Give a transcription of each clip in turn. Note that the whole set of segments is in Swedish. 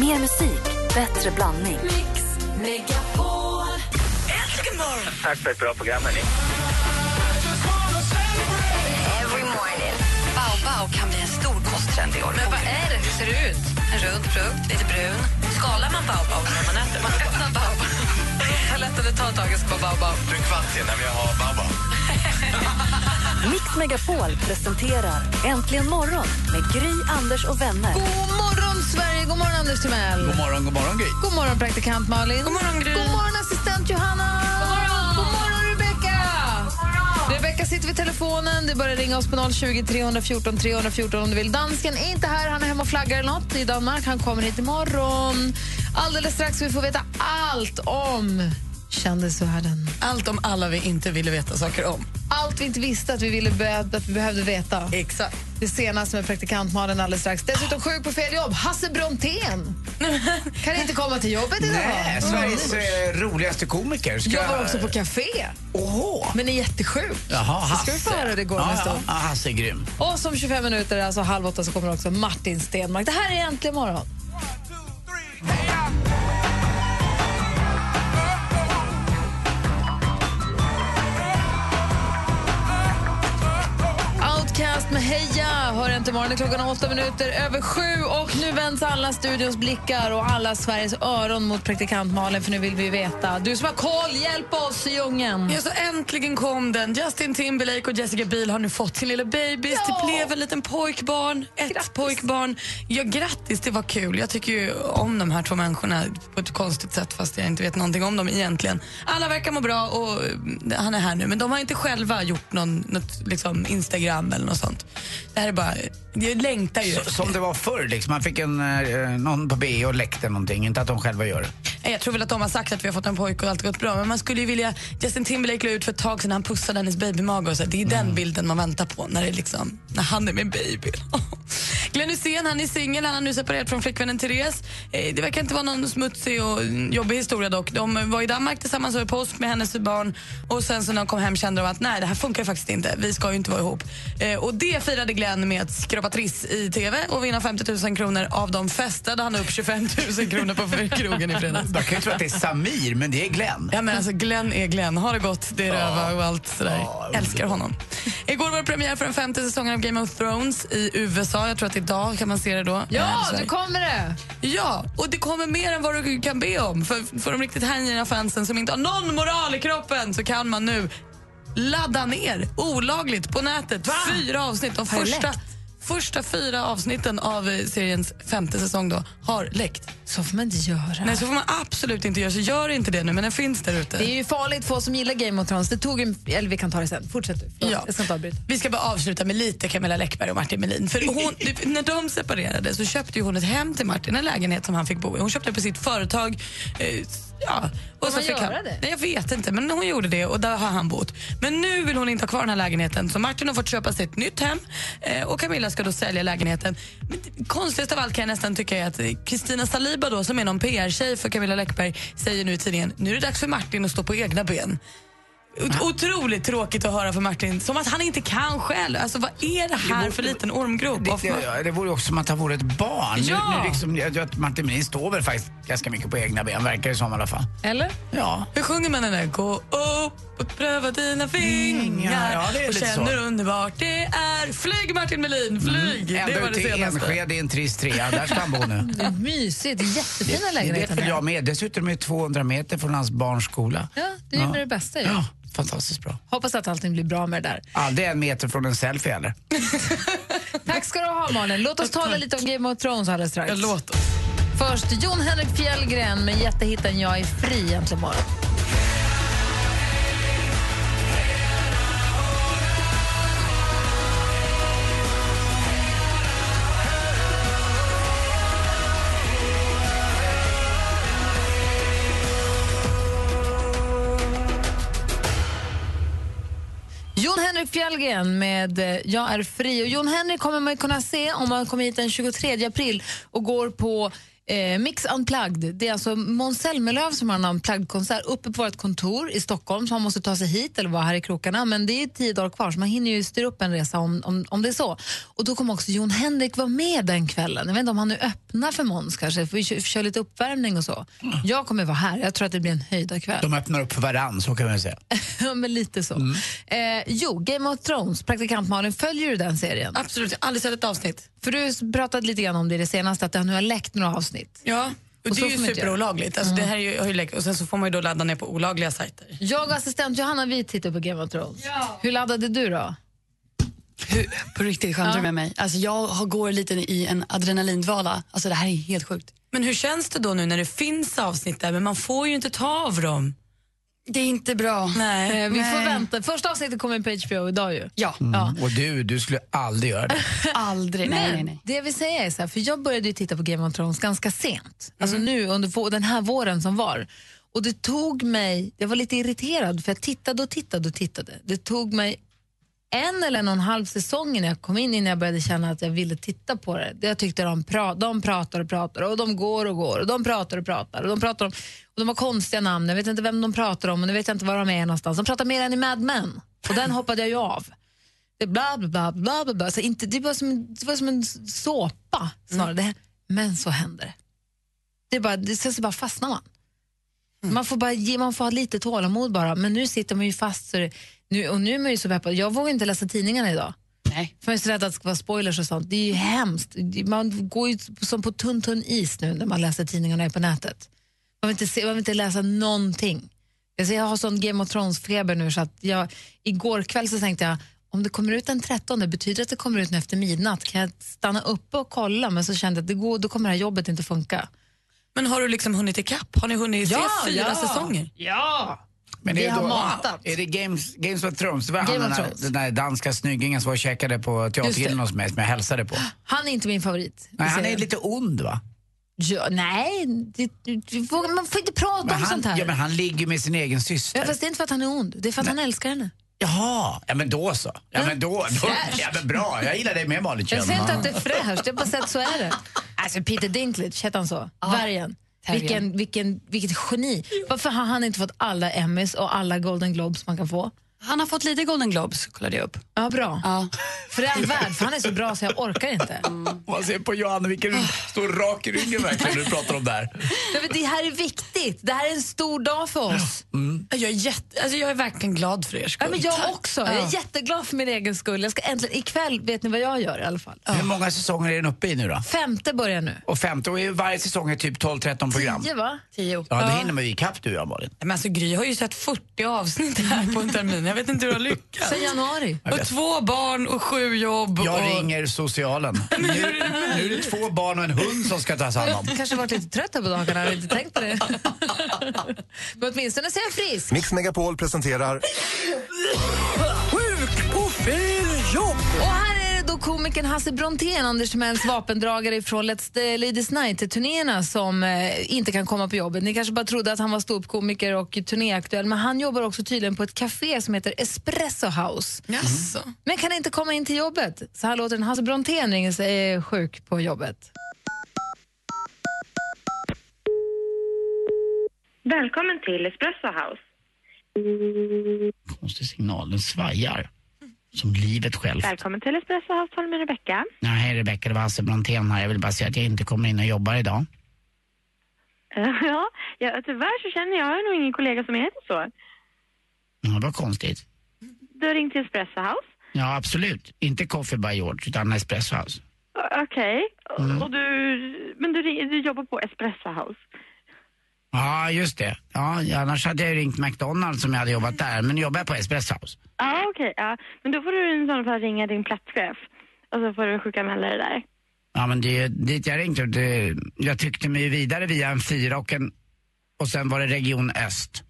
Mer musik, bättre blandning. Mix Megapol. Äntligen morgon! Tack för ett bra program, hörni. Every morning. Bao Bao kan bli en stor kosttrend i år. Men vad är det? Hur ser det ut? En rund frukt, lite brun. Skalar man baobab när man äter? Man öppnar baobab. Toaletten tar ett tag och skapar baobab. Du är kvart sen när vi har Baba. Mix Megapol presenterar Äntligen morgon med Gry, Anders och vänner. God morgon, Sverige! God morgon, Anders Timell! God morgon, god morgon Gry. God morgon, praktikant Malin. God morgon, Gry. God morgon, assistent Johanna. God morgon, god morgon Rebecka. Rebecka sitter vid telefonen. Du börjar ringa oss på 020 314 314 om du vill. Dansken är inte här. Han är hemma och flaggar eller något i Danmark. Han kommer hit imorgon. Alldeles strax vi får veta allt om kändisvärlden. Allt om alla vi inte ville veta saker om. Allt vi inte visste att vi, ville be- att vi behövde veta. Exakt. Det senaste med praktikant Malin alldeles strax. Dessutom sjuk på fel jobb. Hasse Brontén kan inte komma till jobbet idag. Nej, Sveriges eh, roligaste komiker. Ska... Jag var också på café, Åh! men är jättesjuk. Jaha, Så ska Hasse. vi få höra hur det går om en ja, ja. stund. ja, Hasse är grym. Och som 25 minuter, alltså halv åtta, så kommer också Martin Stenmark. Det här är Äntligen morgon. Outcast med Heja hör inte imorgon. Det är klockan åtta minuter över sju och nu vänds alla studions blickar och alla Sveriges öron mot praktikant Malin för nu vill vi veta. Du som har koll, hjälp oss i djungeln. Ja, så äntligen kom den. Justin Timberlake och Jessica Biel har nu fått sin lilla bebis. Ja. Det blev en liten pojkbarn. Ett pojkbarn. Ja, grattis, det var kul. Jag tycker ju om de här två människorna på ett konstigt sätt fast jag inte vet någonting om dem egentligen. Alla verkar må bra och eh, han är här nu. Men de har inte själva gjort någon, något liksom Instagram eller något sånt. Det här är bara... Jag längtar ju. S- Som det var förr, liksom. man fick en, eh, någon på B och läckte någonting. Inte att de själva gör det. Nej, Jag tror väl att de har sagt att vi har fått en pojke och allt har gått bra. Men man skulle ju vilja... Justin Timberlake la ut för ett tag sedan när han pussade hennes babymage. Och så. här. Det är den bilden man väntar på när, det är liksom, när han är med baby. Glenn Hysén, han är singel. Han har nu separerat från flickvännen Therese. Eh, Det verkar inte vara någon smutsig och jobbig historia dock. De var i Danmark tillsammans över påsk med hennes barn. Och sen så när de kom hem kände de att nej, det här funkar faktiskt inte. Vi ska ju inte vara ihop. Eh, Och det firade Glenn med att skrapa triss i TV och vinna 50 000 kronor. Av dem festade han upp 25 000 kronor på krogen i fredags. Man kan ju tro att det är Samir, men det är Glenn. Ja, men alltså Glenn är Glenn. Har det gott, det är röva och allt sådär. Ja, Älskar honom. Igår var det premiär för den femte säsongen av Game of Thrones i USA. Jag tror att idag kan man se det då. Eh, Ja, så här. nu kommer det! ja, och det kommer mer än vad du kan be om. För, för de riktigt hängivna fansen som inte har någon moral i kroppen så kan man nu ladda ner olagligt på nätet fyra avsnitt. De Har det första, läckt? första fyra avsnitten av eh, seriens femte säsong då, har läckt. Så får man inte göra. Nej, så får man absolut inte göra, så gör inte det nu, men den finns där ute. Det är ju farligt för oss som gillar Game of Thrones. Det tog en, eller vi kan ta det sen. Fortsätt du. Förlåt, Ja. Jag ska inte avbryta. Vi ska bara avsluta med lite Camilla Läckberg och Martin Melin. För hon, när de separerade så köpte ju hon ett hem till Martin, en lägenhet som han fick bo i. Hon köpte det på sitt företag. Eh, ja. och Får man fick han, göra det? Nej, jag vet inte, men hon gjorde det och där har han bott. Men nu vill hon inte ha kvar den här lägenheten så Martin har fått köpa sig ett nytt hem eh, och Camilla ska då sälja lägenheten. Men det- konstigast av allt kan jag nästan tycka är att eh, Kristina Saliba då, som är någon PR-tjej för Camilla Läckberg säger nu i tidningen nu är det dags för Martin att stå på egna ben. Ot- Otroligt tråkigt att höra för Martin. Som att han inte kan själv. Alltså, vad är det här för liten ormgrop? Det, Och för- det, det vore ju också som att han vore ett barn. Ja. Nu, nu liksom, jag, jag, Martin Melin står väl faktiskt ganska mycket på egna ben, verkar det som i alla fall. Eller? Ja. Hur sjunger man den där? Gå upp och pröva dina fingrar Ja, det är och lite känn så. Mm. hur underbart det är. Flyg Martin Melin, flyg! Ända Det var ut det till senaste. Enskede i en trist trea, där ska han bo nu. Det är mysigt. Det är jättefina Det lägenheter. följer jag med. Dessutom är det 200 meter från hans barns skola. Ja, det är ju med det bästa ju. Ja, fantastiskt bra. Hoppas att allting blir bra med det där. Aldrig en meter från en selfie heller. Tack ska du ha, Malin. Låt oss tala lite om Game of Thrones alldeles strax. Ja, låt oss. Först Jon Henrik Fjällgren med jättehitten Jag är fri äntligen morgon. Jon Henrik Fjällgren med eh, Jag är fri. Och Jon Henrik kommer man ju kunna se om man kommer hit den 23 april och går på Eh, Mix Unplugged, det är alltså Måns Zelmerlöw som har en unplugged-konsert uppe på vårt kontor i Stockholm så han måste ta sig hit eller vara här i krokarna men det är ju tio dagar kvar så man hinner ju styra upp en resa om, om, om det är så. Och då kommer också Jon Henrik vara med den kvällen. Jag vet inte om han nu öppnar för Måns kanske, för vi kör, kör lite uppvärmning och så. Jag kommer vara här, jag tror att det blir en höjda kväll. De öppnar upp för varann, så kan man säga. Ja, men lite så. Eh, jo, Game of Thrones, praktikant Malin, följer du den serien? Absolut, jag har aldrig sett ett avsnitt. För du pratade lite grann om det i det senaste, att det nu har läckt några avsnitt. Ja. Och Och det så är ju får man inte superolagligt. Alltså, det här är ju, har ju läckt. och sen så får man ju då ladda ner på olagliga sajter. Jag och assistent Johanna, vi tittar på Game of Thrones. Hur laddade du då? Hur, på riktigt, skämtar du med mig? Alltså, jag har- går lite i en adrenalindvala. Alltså, det här är helt sjukt. Men hur känns det då nu när det finns avsnitt där men man får ju inte ta av dem? Det är inte bra. Nej. Eh, vi får vänta. Första avsnittet kommer på HBO idag ju. Ja, Ja. Och du, du skulle aldrig göra det. aldrig. Nej, nej, nej. Det jag vill säga är så här, för jag började ju titta på Game of Thrones ganska sent. Alltså Mm. nu under vå- den här våren som var. Och det tog mig, jag var lite irriterad för jag tittade och tittade och tittade. Det tog mig en eller en och en halv säsong innan jag kom in innan jag började känna att jag ville titta på det. Det Jag tyckte de, pra- de pratar och pratar och de går och går och de pratar och pratar och de pratar om, och de har konstiga namn, jag vet inte vem de pratar om och nu vet jag inte var de är någonstans. De pratar mer än i Mad Men och den hoppade jag ju av. Det är bla, bla, bla, bla, bla, bla. Så inte, det, var som, en- det var som en såpa snarare. Det här- Men så händer det. det, är bara, det sen så bara fastnar man. Man, får bara ge, man får ha lite tålamod bara. Men nu sitter man ju fast. Så det, nu, och nu är man ju så peppad. Jag vågar inte läsa tidningarna idag. nej. För jag är så rädd att det ska vara spoilers och sånt. Det är ju hemskt. Det- Man går ju som på tunn, tunn is nu när man läser tidningarna och är på nätet. Man vill inte, se, man vill inte läsa någonting. Alltså jag har sån Game of Thrones-feber nu så att jag, igår kväll så tänkte jag om det kommer ut den 13, betyder det att det kommer ut nu efter midnatt? Kan jag stanna uppe och kolla? Men så kände jag att det går, då kommer det här jobbet inte funka. Men har du liksom hunnit ikapp? Har ni hunnit se fyra säsonger? Men Vi är har då- matat. Är det Games, Games of Thrones? Det var Game han, den, of där, Thrones. den där danska snyggingen som var och käkade på teatergrillen hos mig, som jag hälsade Ah, på. Han är inte min favorit. i Nej, han är serien. lite ond va? ja, nej det, du, du, vågar- man får inte prata Men om han, sånt här. ja, men han ligger med sin egen syster. ja, fast det är inte för att han är ond, det är för att han älskar henne. Jaha, ja men då så. Ja men då, då ja, men bra. Jag gillar dig med Malin Jag säger Kjellman. inte att det är fräscht, jag har bara sett så är det. Alltså Peter Dinklage, hette han så? Vargen. Terriern. Vilken, vilken, vilket geni. Varför har han inte fått alla Emmys och alla Golden Globes man kan få? Han har fått lite Golden Globes, kollade jag upp. Ja, bra. Ja. För all värld, för han är så bra så jag orkar inte. Man ser på Johanna vilken du står rak i ryggen verkligen när du pratar om det här. Nej, men det här är viktigt, det här är en stor dag för oss. Jag är, jätte, alltså jag är verkligen glad för er skull. Ja, men jag också, jag är jätteglad för min egen skull. Jag ska äntligen, ikväll vet ni vad jag gör i alla fall. Hur många säsonger är den uppe i nu då? Femte börjar nu. Och femte, och i varje säsong är typ 12-13 program. Tio va? Tio. Ja, då hinner man ju ikapp du och jag Malin. Men alltså Gry har ju sett 40 avsnitt här på en termin. Jag vet inte hur du har lyckats. Sen januari. Jag Och vet. två barn och sju jobb. och... Jag ringer socialen. Nu, nu är det två barn och en hund som ska tas hand om. Jag kanske varit lite trött här på dagarna, jag har inte tänkt på det. men åtminstone så är jag frisk. Mix Megapol presenterar Och här är det då komikern Hasse Brontén, Anders Timells vapendragare från Let's eh, Ladies Night-turnéerna som eh, inte kan komma på jobbet. Ni kanske bara trodde att han var ståuppkomiker och turnéaktuell men han jobbar också tydligen på ett café som heter Espresso House. Jaså? Men kan inte komma in till jobbet. Så här låter den. Hasse Brontén ringer sig är sjuk på jobbet. Välkommen till Espresso House. Konstig signal, den svajar. Som livet självt. Välkommen till Espresso House, håller med Rebecka. Ja, hej Rebecka, det var Hasse Brontén här. Jag vill bara säga att jag inte kommer in och jobbar idag. Ja, ja, tyvärr så känner jag, jag har nog ingen kollega som heter så. Ja, det var konstigt. Du har ringt till Espresso House. Ja, absolut. Inte Coffee by George, utan Espresso House. Ö- Okej, och du, men du, ring- du jobbar på Espresso House. Ja, just det. Ja, annars hade jag ju ringt McDonalds som jag hade jobbat där, men nu jobbar jag på Espresso House. Ja, okej, ja. men då får du i sådana fall ringa din platschef och så får du sjukanmäla dig där. Ja, men det, dit jag ringt, det, jag tryckte mig ju vidare via en fyra och en... Och sen var det Region Öst.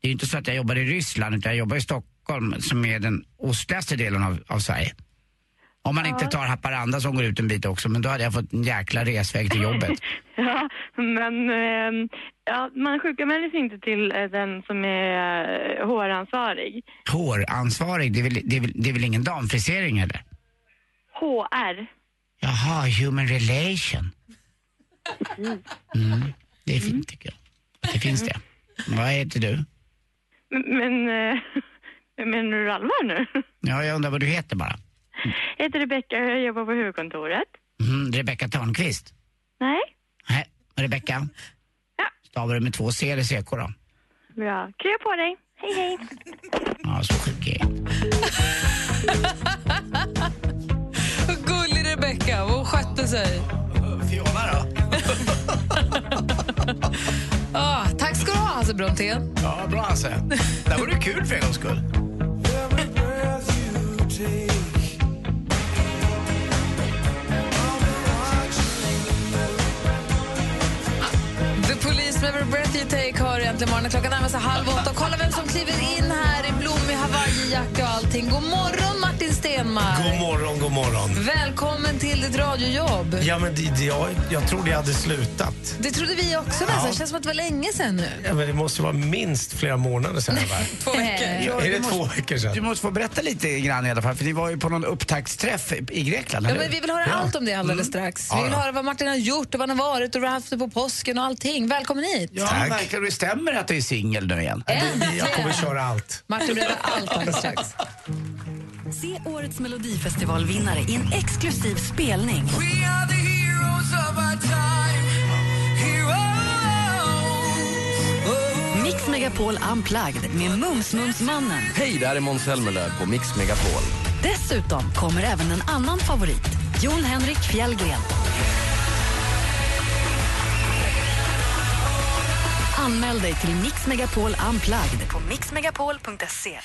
Det är ju inte så att jag jobbar i Ryssland, utan jag jobbar i Stockholm som är den ostligaste delen av, av Sverige. Om man inte tar Haparanda som går ut en bit också, men då hade jag fått en jäkla resväg till jobbet. Ja, men ehm, ja, man sjukanmäler sig inte till eh, den som är eh, HR-ansvarig. Håransvarig, det är väl, det är väl, det är väl ingen damfrisering eller? HR? Jaha, human relation. Mm. Det är fint tycker jag. Att Det finns det. Vad heter du? Men, eh, menar du allvar nu? Ja, jag undrar vad du heter bara. Jag heter Rebecka och jag jobbar på huvudkontoret. Mm, Rebecka Törnqvist? Nej? Nej, Rebecka. Ja. Stavar du med två C eller CK då? Bra. Krya på dig. Hej, hej. Ja, så sjuk är jag. Vad gullig Rebecka, vad hon skötte sig. Fiona då? Ah, tack ska du ha, Hasse Brontén. Ja, bra Hasse. Det här vore kul för en gångs skull. The Police med Every Breath You Take har egentligen morgonen. Klockan närmar sig halv åtta. Och Kolla vem som kliver in här i blommig hawaiijacka och allting. God morgon, Martin Stenmarck. God morgon, god morgon. Välkommen till ditt radiojobb. Ja, men det, det, jag, jag trodde jag hade slutat. Det trodde vi också nästan. Det känns som att det var länge sedan nu. Ja, men det måste vara minst flera månader sedan. Va? Två veckor. Är det två veckor Du sedan? måste få berätta lite grann i alla fall, för ni var ju på någon upptaktsträff i i Grekland, Ja, eller men vi vill höra allt om det alldeles strax. Vi vill Mm. Ja, ja. höra vad Martin har gjort och vad han har varit och vad han har haft på påsken och allting. Välkommen hit! Ja, Tack. verkar det stämmer att du är singel nu igen? Jag kommer köra allt. Martin behöver allt alldeles strax. Se årets Melodifestivalvinnare i en exklusiv spelning. Mix Megapol Unplugged med Mums-Mumsmannen. Hej, det här är Måns Zelmerlöw på Mix Megapol. Dessutom kommer även en annan favorit, Jon Henrik Fjällgren. Anmäl dig till Mix Megapol Unplugged på mixmegapol.se.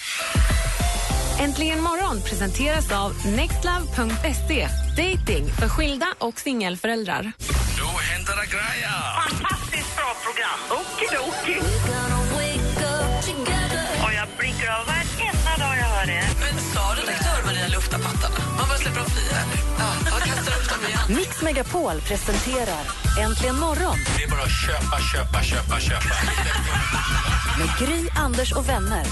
Äntligen morgon presenteras av nextlove.se. Dating för skilda och singelföräldrar. Då händer det grejer. Fantastiskt bra program. Okidoki. Och jag blinkar av varenda dag jag hör det. Men sa redaktör Maria lufta pattarna? Man bara släpper dem fria. Ja, jag kastar upp dem igen. Mix Megapol presenterar Äntligen morgon Det är bara att köpa, köpa, köpa, köpa. med Gry, Anders och vänner.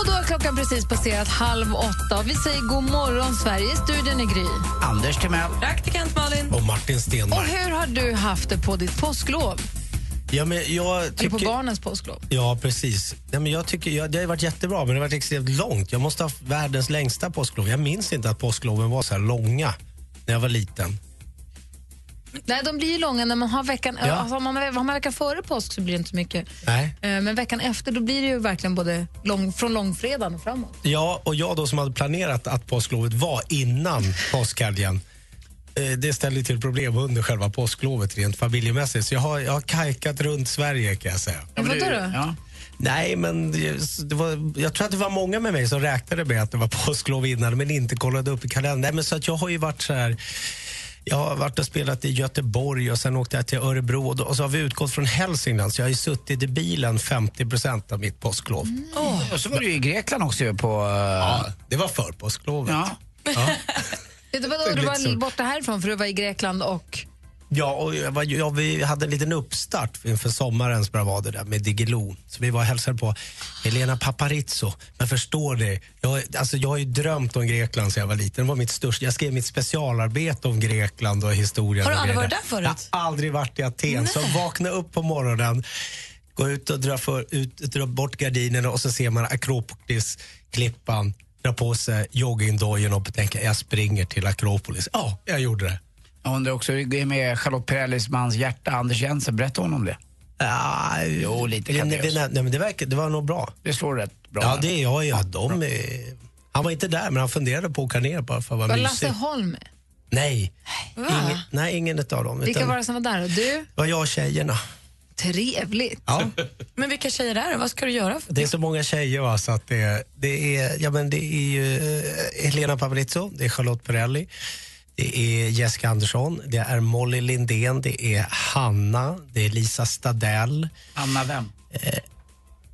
Och då har klockan precis passerat halv åtta och vi säger god morgon Sverige. I Studion är Gry. Anders Timell. Praktikant Malin. Och Martin Och Stenmarck. hur har du haft det på ditt påsklov? Ja, men jag Eller på tycker... barnens påsklov? Ja, precis. Nej, men jag tycker, jag, det har ju varit jättebra, men det har varit extremt långt. Jag måste ha haft världens längsta påsklov. Jag minns inte att påskloven var så här långa när jag var liten. Nej, de blir ju långa när man har veckan... Ja. Alltså, om, man, har- har man veckan före påsk så blir det inte så mycket. Nej. Eh, Men veckan efter då blir det ju verkligen både lång, från långfredagen och framåt. Ja, och jag då som hade planerat att påsklovet var innan påskhelgen. eh, Det ställde ju till problem under själva påsklovet rent familjemässigt. Så jag har, jag har kajkat runt Sverige kan jag säga. Ja, men Vadå du- då? Ja. Nej, men det, det var, jag tror att det var många med mig som räknade med att det var påsklov innan men inte kollade upp i kalendern. Nej, men så att jag har ju varit så här... Jag har varit och spelat i Göteborg och sen åkte jag till Örebro och, då, och så har vi utgått från Hälsingland så jag har ju suttit i bilen 50 av mitt påsklov. Och så var du ju i Grekland också ju på... Ja. Ja, det var för påsklovet. ja. Vet du vadå, är du lite var så. borta härifrån för du var i Grekland och... Ja, och jag var, ja, vi hade en liten uppstart inför sommarens bravader där med Diggiloo. Så vi var och hälsade på Helena Paparizou. Men förstår ni, jag, alltså, jag har ju drömt om Grekland sedan jag var liten. Det var mitt största. Jag skrev mitt specialarbete om Grekland och historien. Har du och aldrig grejer varit där förut? Jag har aldrig varit i Aten. Så vakna upp på morgonen, gå ut och dra, för, ut, dra bort gardinerna och så ser man Akropolis, klippan, dra på sig joggingdojan och tänka jag springer till Akropolis. Ja, jag gjorde det. Jag undrar också hur det är med Charlotte Perrellis mans hjärta, Anders Jensen. Berätta hon om det. Ah, Jo, lite det, kan det det, göras. nej, men det, verkar, det var nog bra. Det slår rätt bra. Ja, det är jag. Ja, de är, han var inte där, men han funderade på att åka ner bara för att vara Var Lasse mysig. Holm med? Nej, Va? ingen, nej, ingen av dem. Vilka utan var det som var där? Och du? det var jag och tjejerna. Trevligt. Ja, Men vilka tjejer är det? Vad ska du göra för det är så många tjejer, va, så att det, det, är, ja, men det är ju eh, Helena Paparizou, det är Charlotte Perrelli, det är Jessica Andersson, det är Molly Lindén, det är Hanna, det är Lisa Stadell. Anna vem?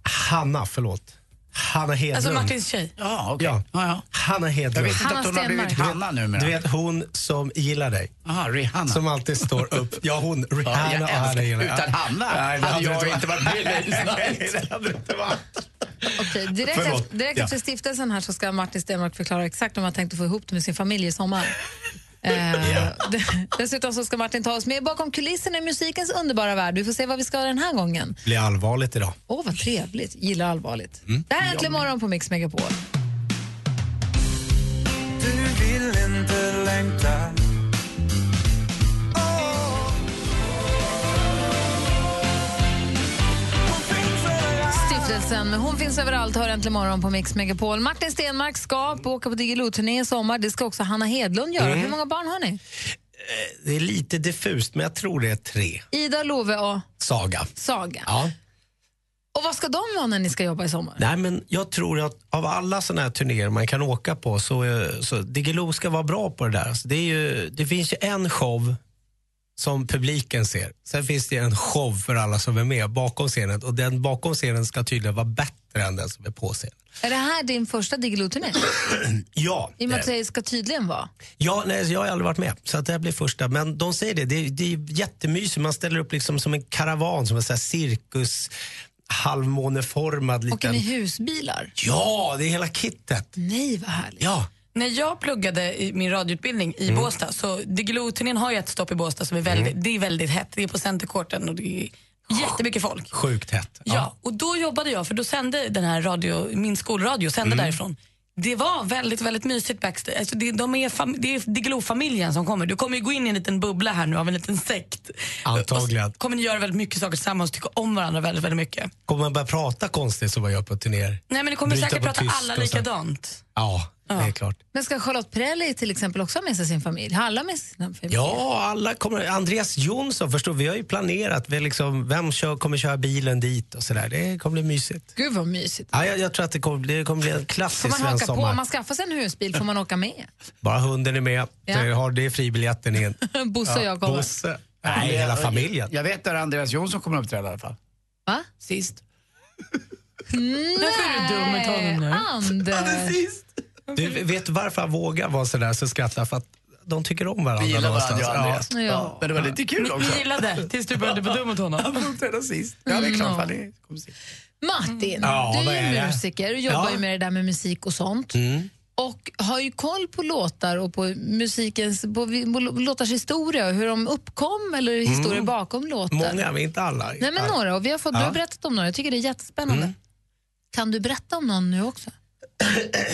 Hanna, förlåt. Hanna Hedlund. Alltså Martins tjej. Ja, okej. Ja. Ja, ja. Hanna Jag Hedlund. visste inte Hanna att hon har blivit Stenmark. Hanna Du numera. vet hon som gillar dig. Jaha, Rihanna. Som alltid står upp. Ja, hon. Rihanna Ja, jag och Hanna älskar. gillar dig. Utan Hanna Nej, det hade du jag varit. inte varit med i Nej, det hade du inte varit. Okej, direkt Förlåt. efter, direkt Ja. efter stiftelsen här så ska Martin Stenmark förklara exakt om han tänkt att få ihop det med sin familj i sommar. Eh, dessutom så ska Martin ta oss med bakom kulisserna i musikens underbara värld. Vi får se vad vi ska den här gången. Det blir allvarligt idag. Åh, vad trevligt. Gillar allvarligt. Mm. Det här är Äntligen morgon på Mix Megapol. Du vill inte längta Stiftelsen med Hon finns överallt hör Äntligen morgon på Mix Megapol. Martin Stenmark ska åka på Diggiloo-turné i sommar. Det ska också Hanna Hedlund göra. Mm. Hur många barn har ni? Det är lite diffust, men jag tror det är tre. Ida, Love och Saga. Saga. Ja. Och vad ska de vara när ni ska jobba i sommar? Nej, men jag tror att av alla såna här turnéer man kan åka på så, eh, så Diggiloo ska vara bra på det där. Så det, är ju, det finns ju en show som publiken ser. Sen finns det en show för alla som är med bakom scenen och den bakom scenen ska tydligen vara bättre än den som är på scenen. Är det här din första Diggiloo-turné? Ja, I och med att eh, det ska tydligen vara. Ja, nej, jag har aldrig varit med, så att det här blir första. Men de säger det, det, det är jättemysigt. Man ställer upp liksom som en karavan, som en sån här cirkus, halvmåneformad Åker liten... ni husbilar? Ja, det är hela kittet. Nej, vad härligt. Ja. När jag pluggade i min radioutbildning i Mm. Båstad, så Diggiloo-turnén har ju ett stopp i Båstad som är väldigt, Mm. det är väldigt hett. Det är på Centercourten och det är jättemycket folk. Sjukt hett. Ja. och då jobbade jag, för då sände den här radio, min skolradio sände Mm. därifrån. Det var väldigt, väldigt mysigt backstage. Alltså det, de är fam- det är Diggiloo-familjen som kommer. Du kommer ju gå in i en liten bubbla här nu av en liten sekt. Antagligen. Kommer ni göra väldigt mycket saker tillsammans och tycka om varandra väldigt, väldigt mycket. Kommer man börja prata konstigt som man gör på turnéer? Nej men det kommer Bryta säkert på prata tysk alla och så. likadant. Ja, det är klart. Men ska Charlotte Perrelli till exempel också ha med sig sin familj? Har alla med sig sina familjer? Ja, alla kommer. Andreas Jonsson, förstår vi har ju planerat vi har liksom, vem kör, kommer köra bilen dit och sådär. Det kommer bli mysigt. Gud vad mysigt. Ja, jag, jag tror att det kommer, bli- det kommer bli en Får klassisk man haka svensk på? Om sommar. man skaffar sig en husbil får man åka med. Bara hunden är med. Ja. Det, har, det är fribiljetten in. Bosse och jag kommer. Bosse. Nej, hela familjen. Jag vet där Andreas Jonsson kommer uppträda i alla fall. Va? Sist. Nej, är du dum mot honom Eh, nu. Anders! Du, vet du varför han vågar vara sådär så skrattar? För att de tycker om varandra. Vi gillar varandra, någonstans. jag och Andreas. Ja. Ja. Men det var lite kul också. gillade tills du började vara dum mot honom. Han får uppträda sist. Ja, det är klart. Han är- kommer sist. Martin, Ja, du vad är Mm. är ju det? musiker och jobbar Ja. ju med det där med musik och sånt. Och har ju koll på låtar och på musikens, på, vi- på låtars historia och hur de uppkom eller historier Mm. bakom låtar. Många, men inte alla. Nej men några, och vi har fått, du Ja. har berättat om några, jag tycker det är jättespännande. Kan du berätta om någon nu också?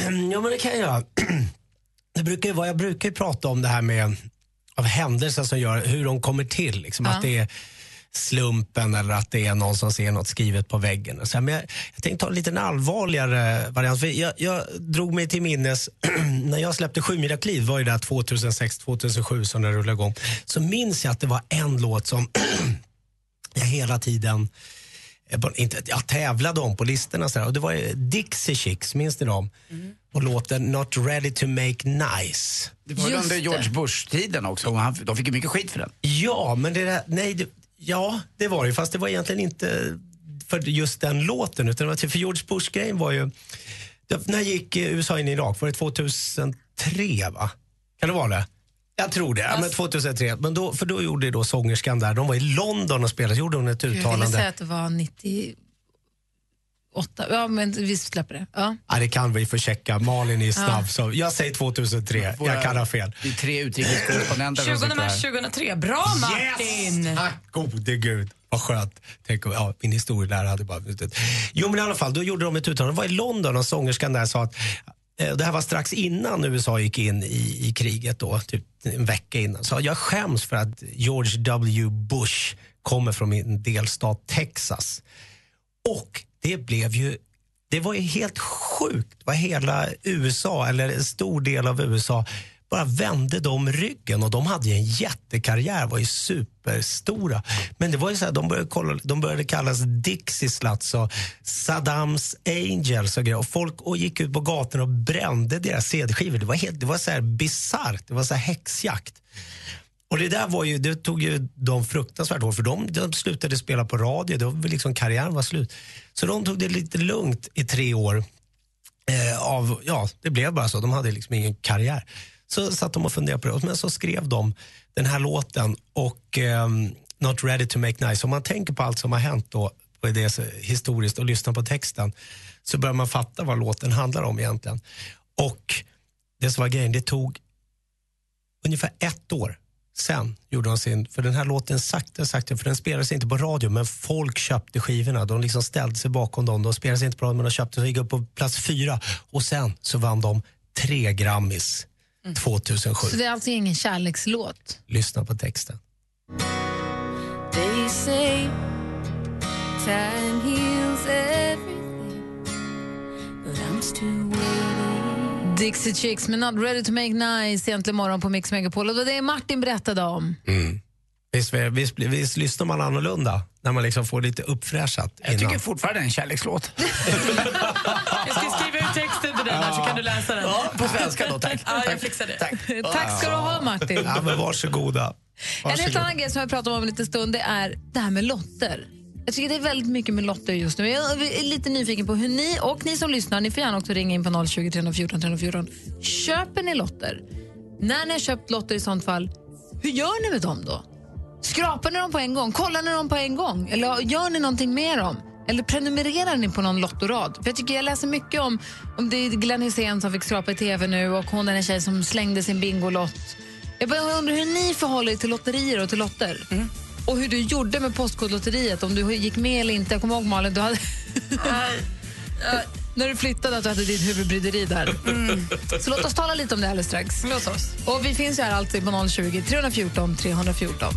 Ehm, Ja, men det kan jag göra. Det brukar ju vara, jag brukar ju prata om det här med av händelser som gör hur de kommer till. Liksom, Ja. Att det är slumpen eller att det är någon som ser något skrivet på väggen. Och Så här, men jag, jag tänkte ta en liten allvarligare variant. För jag, jag drog mig till minnes, när jag släppte Sju mila kliv var ju det här 2006-2007 som den rullade igång. Så minns jag att det var en låt som jag hela tiden eh, bara- inte, jag tävlade om på listorna. Så här. Och det var ju Dixie Chicks, minns ni dem? Och låten Not ready to make nice. Det var ju under George Bush-tiden också. och Han, de fick ju mycket skit för den. Ja, men det där, nej, det, ja, det var det ju. Fast det var egentligen inte för just den låten. Utan det var till, för George Bush-grejen var ju... det- När gick eh, USA in i Irak? Var det 2003, va? Kan det vara det? Jag tror det. Ja, men 2003. Men då, för då gjorde ju då sångerskan där, de var i London och spelade, så gjorde hon ett Jag ville säga uttalande. att det var 98, ja men vi släpper det. Ja. Ja, det kan vi få checka. Malin är snabb. Ja. Så jag säger 2003. Våra- Jag kan ha fel. Det är tre utrikeskorrespondenter som 20 sitter mars här. 2003. Bra Martin! Yes! Tack gode gud, vad skönt. Tänk om, ja, min historielärare hade bara... Jo men i alla fall, då gjorde de ett uttalande. Det var i London och sångerskan där sa att eh, det här var strax innan USA gick in i, i kriget då, typ en vecka innan. Så jag skäms för att George W Bush kommer från min delstat Texas. Och det blev ju, det var ju helt sjukt vad hela USA, eller en stor del av USA, bara vände dem ryggen och de hade ju en jättekarriär, var ju superstora. Men det var ju så här, de började, kolla, de började kallas Dixie Sluts och Saddams Angels och grejer. Och folk och gick ut på gatorna och brände deras CD-skivor. Det var, helt, det var så här bisarrt, det var så här häxjakt. Och det där var ju, det tog ju de fruktansvärt hårt för de, de slutade spela på radio, de, liksom karriären var slut. Så de tog det lite lugnt i tre år. Eh, av, ja, det blev bara så, de hade liksom ingen karriär. Så satt de och funderade på det, men så skrev de den här låten och ehm, Not ready to make nice. Om man tänker på allt som har hänt då, och det är så historiskt och lyssnar på texten, så börjar man fatta vad låten handlar om egentligen. Och det som var grejen, det tog ungefär ett år sen gjorde de sin, för den här låten sakta, sakta, för den spelades inte på radio men folk köpte skivorna. De liksom ställde sig bakom dem. De spelades inte på radio men de köpte, så gick upp på plats fyra och sen så vann de tre Grammis 2007. Så det är alltså ingen kärlekslåt? Lyssna på texten. They say time heals everything, but I'm still waiting. Dixie Chicks med Not Ready To Make Nice egentligen morgon på Mix Megapol. Och det var det Martin berättade om. Mm. Visst, visst, visst lyssnar man annorlunda när man liksom får lite uppfräschat Jag tycker fortfarande det är en kärlekslåt. Jag ska skriva ut texten till den här så kan du läsa den. Ja, på svenska då, tack. Ja, jag fixar det. Tack ska du ha, Martin. Ja, men varsågoda. En helt Varsågod. annan grej som jag pratade om om en liten stund det är det här med lotter. Jag tycker det är väldigt mycket med lotter just nu. Jag är lite nyfiken på hur ni och ni som lyssnar, ni får gärna också ringa in på 020 314 314. Köper ni lotter? När ni har köpt lotter i sånt fall, hur gör ni med dem då? Skrapar ni dem på en gång? Kollar ni dem på en gång? Eller gör ni någonting med dem? Eller prenumererar ni på någon lottorad? För jag tycker jag läser mycket om, om det är Glenn Hysén som fick skrapa i tv nu och hon är en tjej som slängde sin bingolott. Jag bara undrar hur ni förhåller er till lotterier och till lotter. Och hur du gjorde med Postkodlotteriet, om du gick med eller inte. Jag kommer ihåg Malin, du hade... När du flyttade, att du hade ditt huvudbryderi där. Så låt oss tala lite om det alldeles strax. Mm. Låt oss. Och vi finns ju här alltid på 020 314 314.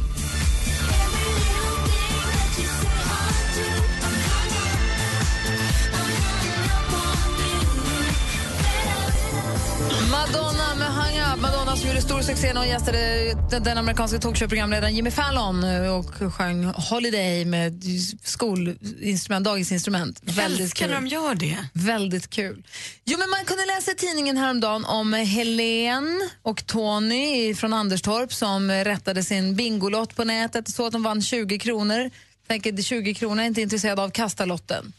Madonna med Hang Up. Madonna som gjorde stor succé när hon gästade den- den amerikanska talkshowprogramledaren Jimmy Fallon eh, och sjöng Holiday med skolinstrument, dagisinstrument. Väldigt Älskar kul. när de gör det. Väldigt kul. Jo, men man kunde läsa i tidningen häromdagen om Helen och Tony från Anderstorp som rättade sin Bingolott på nätet och såg att de vann 20 kronor. Tänker de 20 kronor är inte intresserad av kastalotten.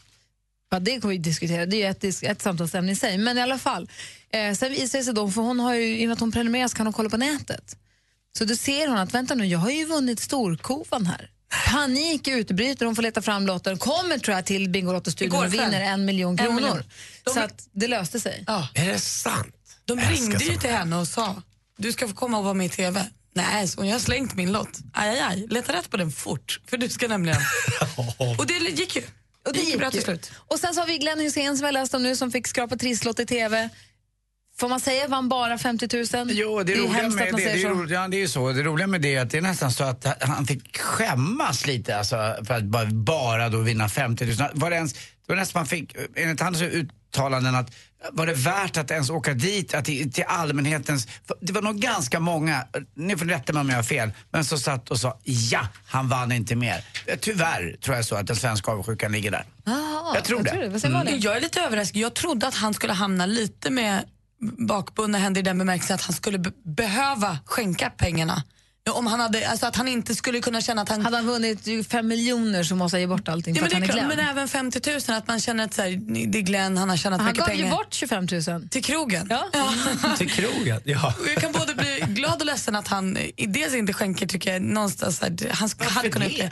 Ja, det kan vi diskutera, det är ju ett, dis- ett samtalsämne i sig. Men i alla fall, eh, sen visar det sig då, för hon har ju, i och med att hon prenumererar så kan hon kolla på nätet. Så då ser hon att vänta nu, jag har ju vunnit storkovan här. Panik utbryter, hon får leta fram lotten, kommer tror jag till Bingolotto-studion Igår och kväll. vinner en miljon En kronor. miljon. De- Så att det löste sig. Är det sant? De Älskar ringde ju sånt. till henne och sa du ska få komma och vara med i TV. Nej, så jag har slängt min lott. Aj, aj, aj. Leta rätt på den fort, för du ska nämligen... och det gick ju. Och det gick, bra till ju. slut. Och sen så har vi Glenn Hysén som jag läste om nu som fick skrapa trisslott i TV. Får man säga vann bara 50 000? Jo, Det, hemskt roliga med att det, man det, är säger ju så. roligt, ja, det är ju så. Det roliga med det är att det är nästan så att han- han fick skämmas lite alltså, för att bara, bara då vinna 50 000. Var det, ens, det var nästan man fick, enligt hans uttalanden, att var det värt att ens åka dit, att till, till allmänhetens... för Det var nog ganska många, ni får rätta mig om jag har fel, men som satt och sa ja, han vann inte mer. Tyvärr tror jag så att den svenska avundsjukan ligger där. Ah, Jag tror det. Mm. Vad säger Malin? Mm. Jag är lite överraskad. Jag trodde att han skulle hamna lite med bakbundna händer i den bemärkelsen att han skulle be- behöva skänka pengarna. Om han hade, alltså att han inte skulle kunna känna att han... Hade han vunnit ju fem miljoner så måste han ge bort allting Ja, för att men, det han är är klart, Glenn. men även 50 000, att man känner att så här, det är Glenn, han har tjänat han mycket gav pengar. ju bort 25 000. Till krogen? Ja. Till krogen? Ja. Och jag kan både bli glad och ledsen att han eh, dels inte skänker, tycker jag, någonstans så här, han sk- hade kunnat... det?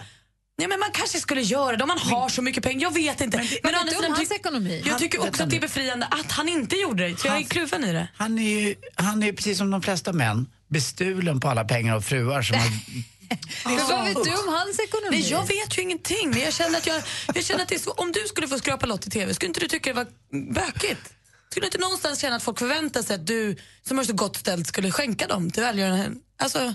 Nej, men man kanske skulle göra det om man har så mycket pengar. Jag vet inte. Men, Men å det andra är sidan, om hans tyck- ekonomi. jag Han- tycker också att det är befriande att han inte gjorde det. Så jag är kluven i det. Han är ju han är precis som de flesta män, bestulen på alla pengar och fruar som har Men vad vet du om hans ekonomi? Nej, jag vet ju ingenting. Men jag känner att, jag, jag känner att det är så, om du skulle få skrapa lott i TV, skulle inte du tycka det var bökigt? Skulle du inte någonstans känna att folk förväntar sig att du som har så gott ställt skulle skänka dem till välgörande? Alltså,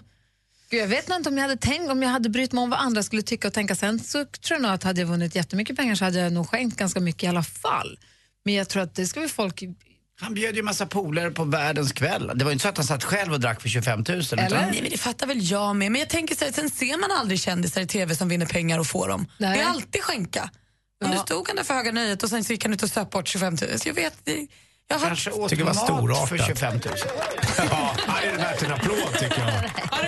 Gud, jag vet nog inte om jag hade tänkt, om jag hade brytt mig om vad andra skulle tycka och tänka. Sen så tror jag nog att hade jag vunnit jättemycket pengar så hade jag nog skänkt ganska mycket i alla fall. Men jag tror att det ska väl folk... Han bjöd ju massa polare på världens kväll. Det var ju inte så att han satt själv och drack för 25 000. utan- Nej, men det fattar väl jag med. Men jag tänker så här, sen ser man aldrig kändisar i TV som vinner pengar och får dem. Nej. Det är alltid skänka. Men nu stod han där för höga nöjet och sen så gick han ut och söp bort 25 000. Så jag vet, det- jag har... Kanske åt Tycker det var mat storartat. för 25 000. Ja, det är värt en applåd tycker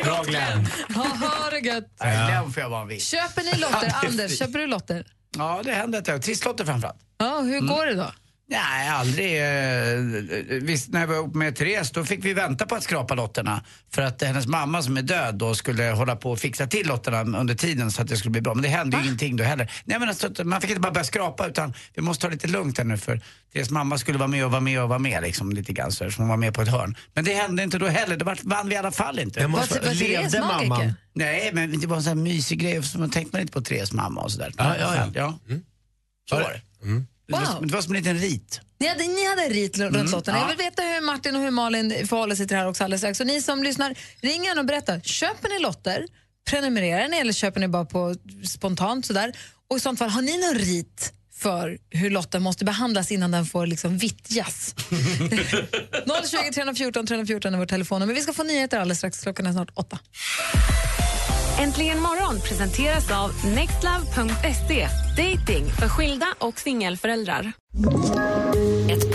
jag. Bra Glenn. Ha, ha det gött! Nej, den får jag vara en viss. Köper ni lotter? Anders, köper du lotter? Ja, det händer att jag... Trisslotter framförallt. Mm. Ja, hur går det då? Nej, aldrig. eh, Visst, när jag var ihop med Therese då fick vi vänta på att skrapa lotterna. För att hennes mamma som är död då skulle hålla på och fixa till lotterna under tiden så att det skulle bli bra. Men det hände ju ingenting då heller. Nej men alltså, man fick inte bara börja skrapa utan vi måste ta det lite lugnt här nu för Theres mamma skulle vara med och vara med och vara med liksom lite grann så här, som hon var med på ett hörn. Men det hände inte då heller, då vart- vann vi i alla fall inte. Jag måste- Var- var Therese levde magiker? mamman? Nej men det var en sån här mysig grej, så man tänkte man inte på Theres mamma och sådär. Ja, ja, Mm. ja. Så var det. Det, var, Wow. det var som en liten rit. Ni hade, ni hade en rit runt Mm, slotten. Jag ja. vill veta hur Martin och hur Malin förhåller sig till det här också alldeles strax. Och ni som lyssnar, ring gärna och berätta. Köper ni lotter? Prenumererar ni eller köper ni bara på spontant sådär? Och i sånt fall, har ni någon rit för hur lotten måste behandlas innan den får liksom vittjas? 020 314 314 är vår telefonnummer. Vi ska få nyheter alldeles strax. Klockan är snart åtta. Äntligen morgon presenteras av nextlove.se. Dating för skilda och singelföräldrar. Ett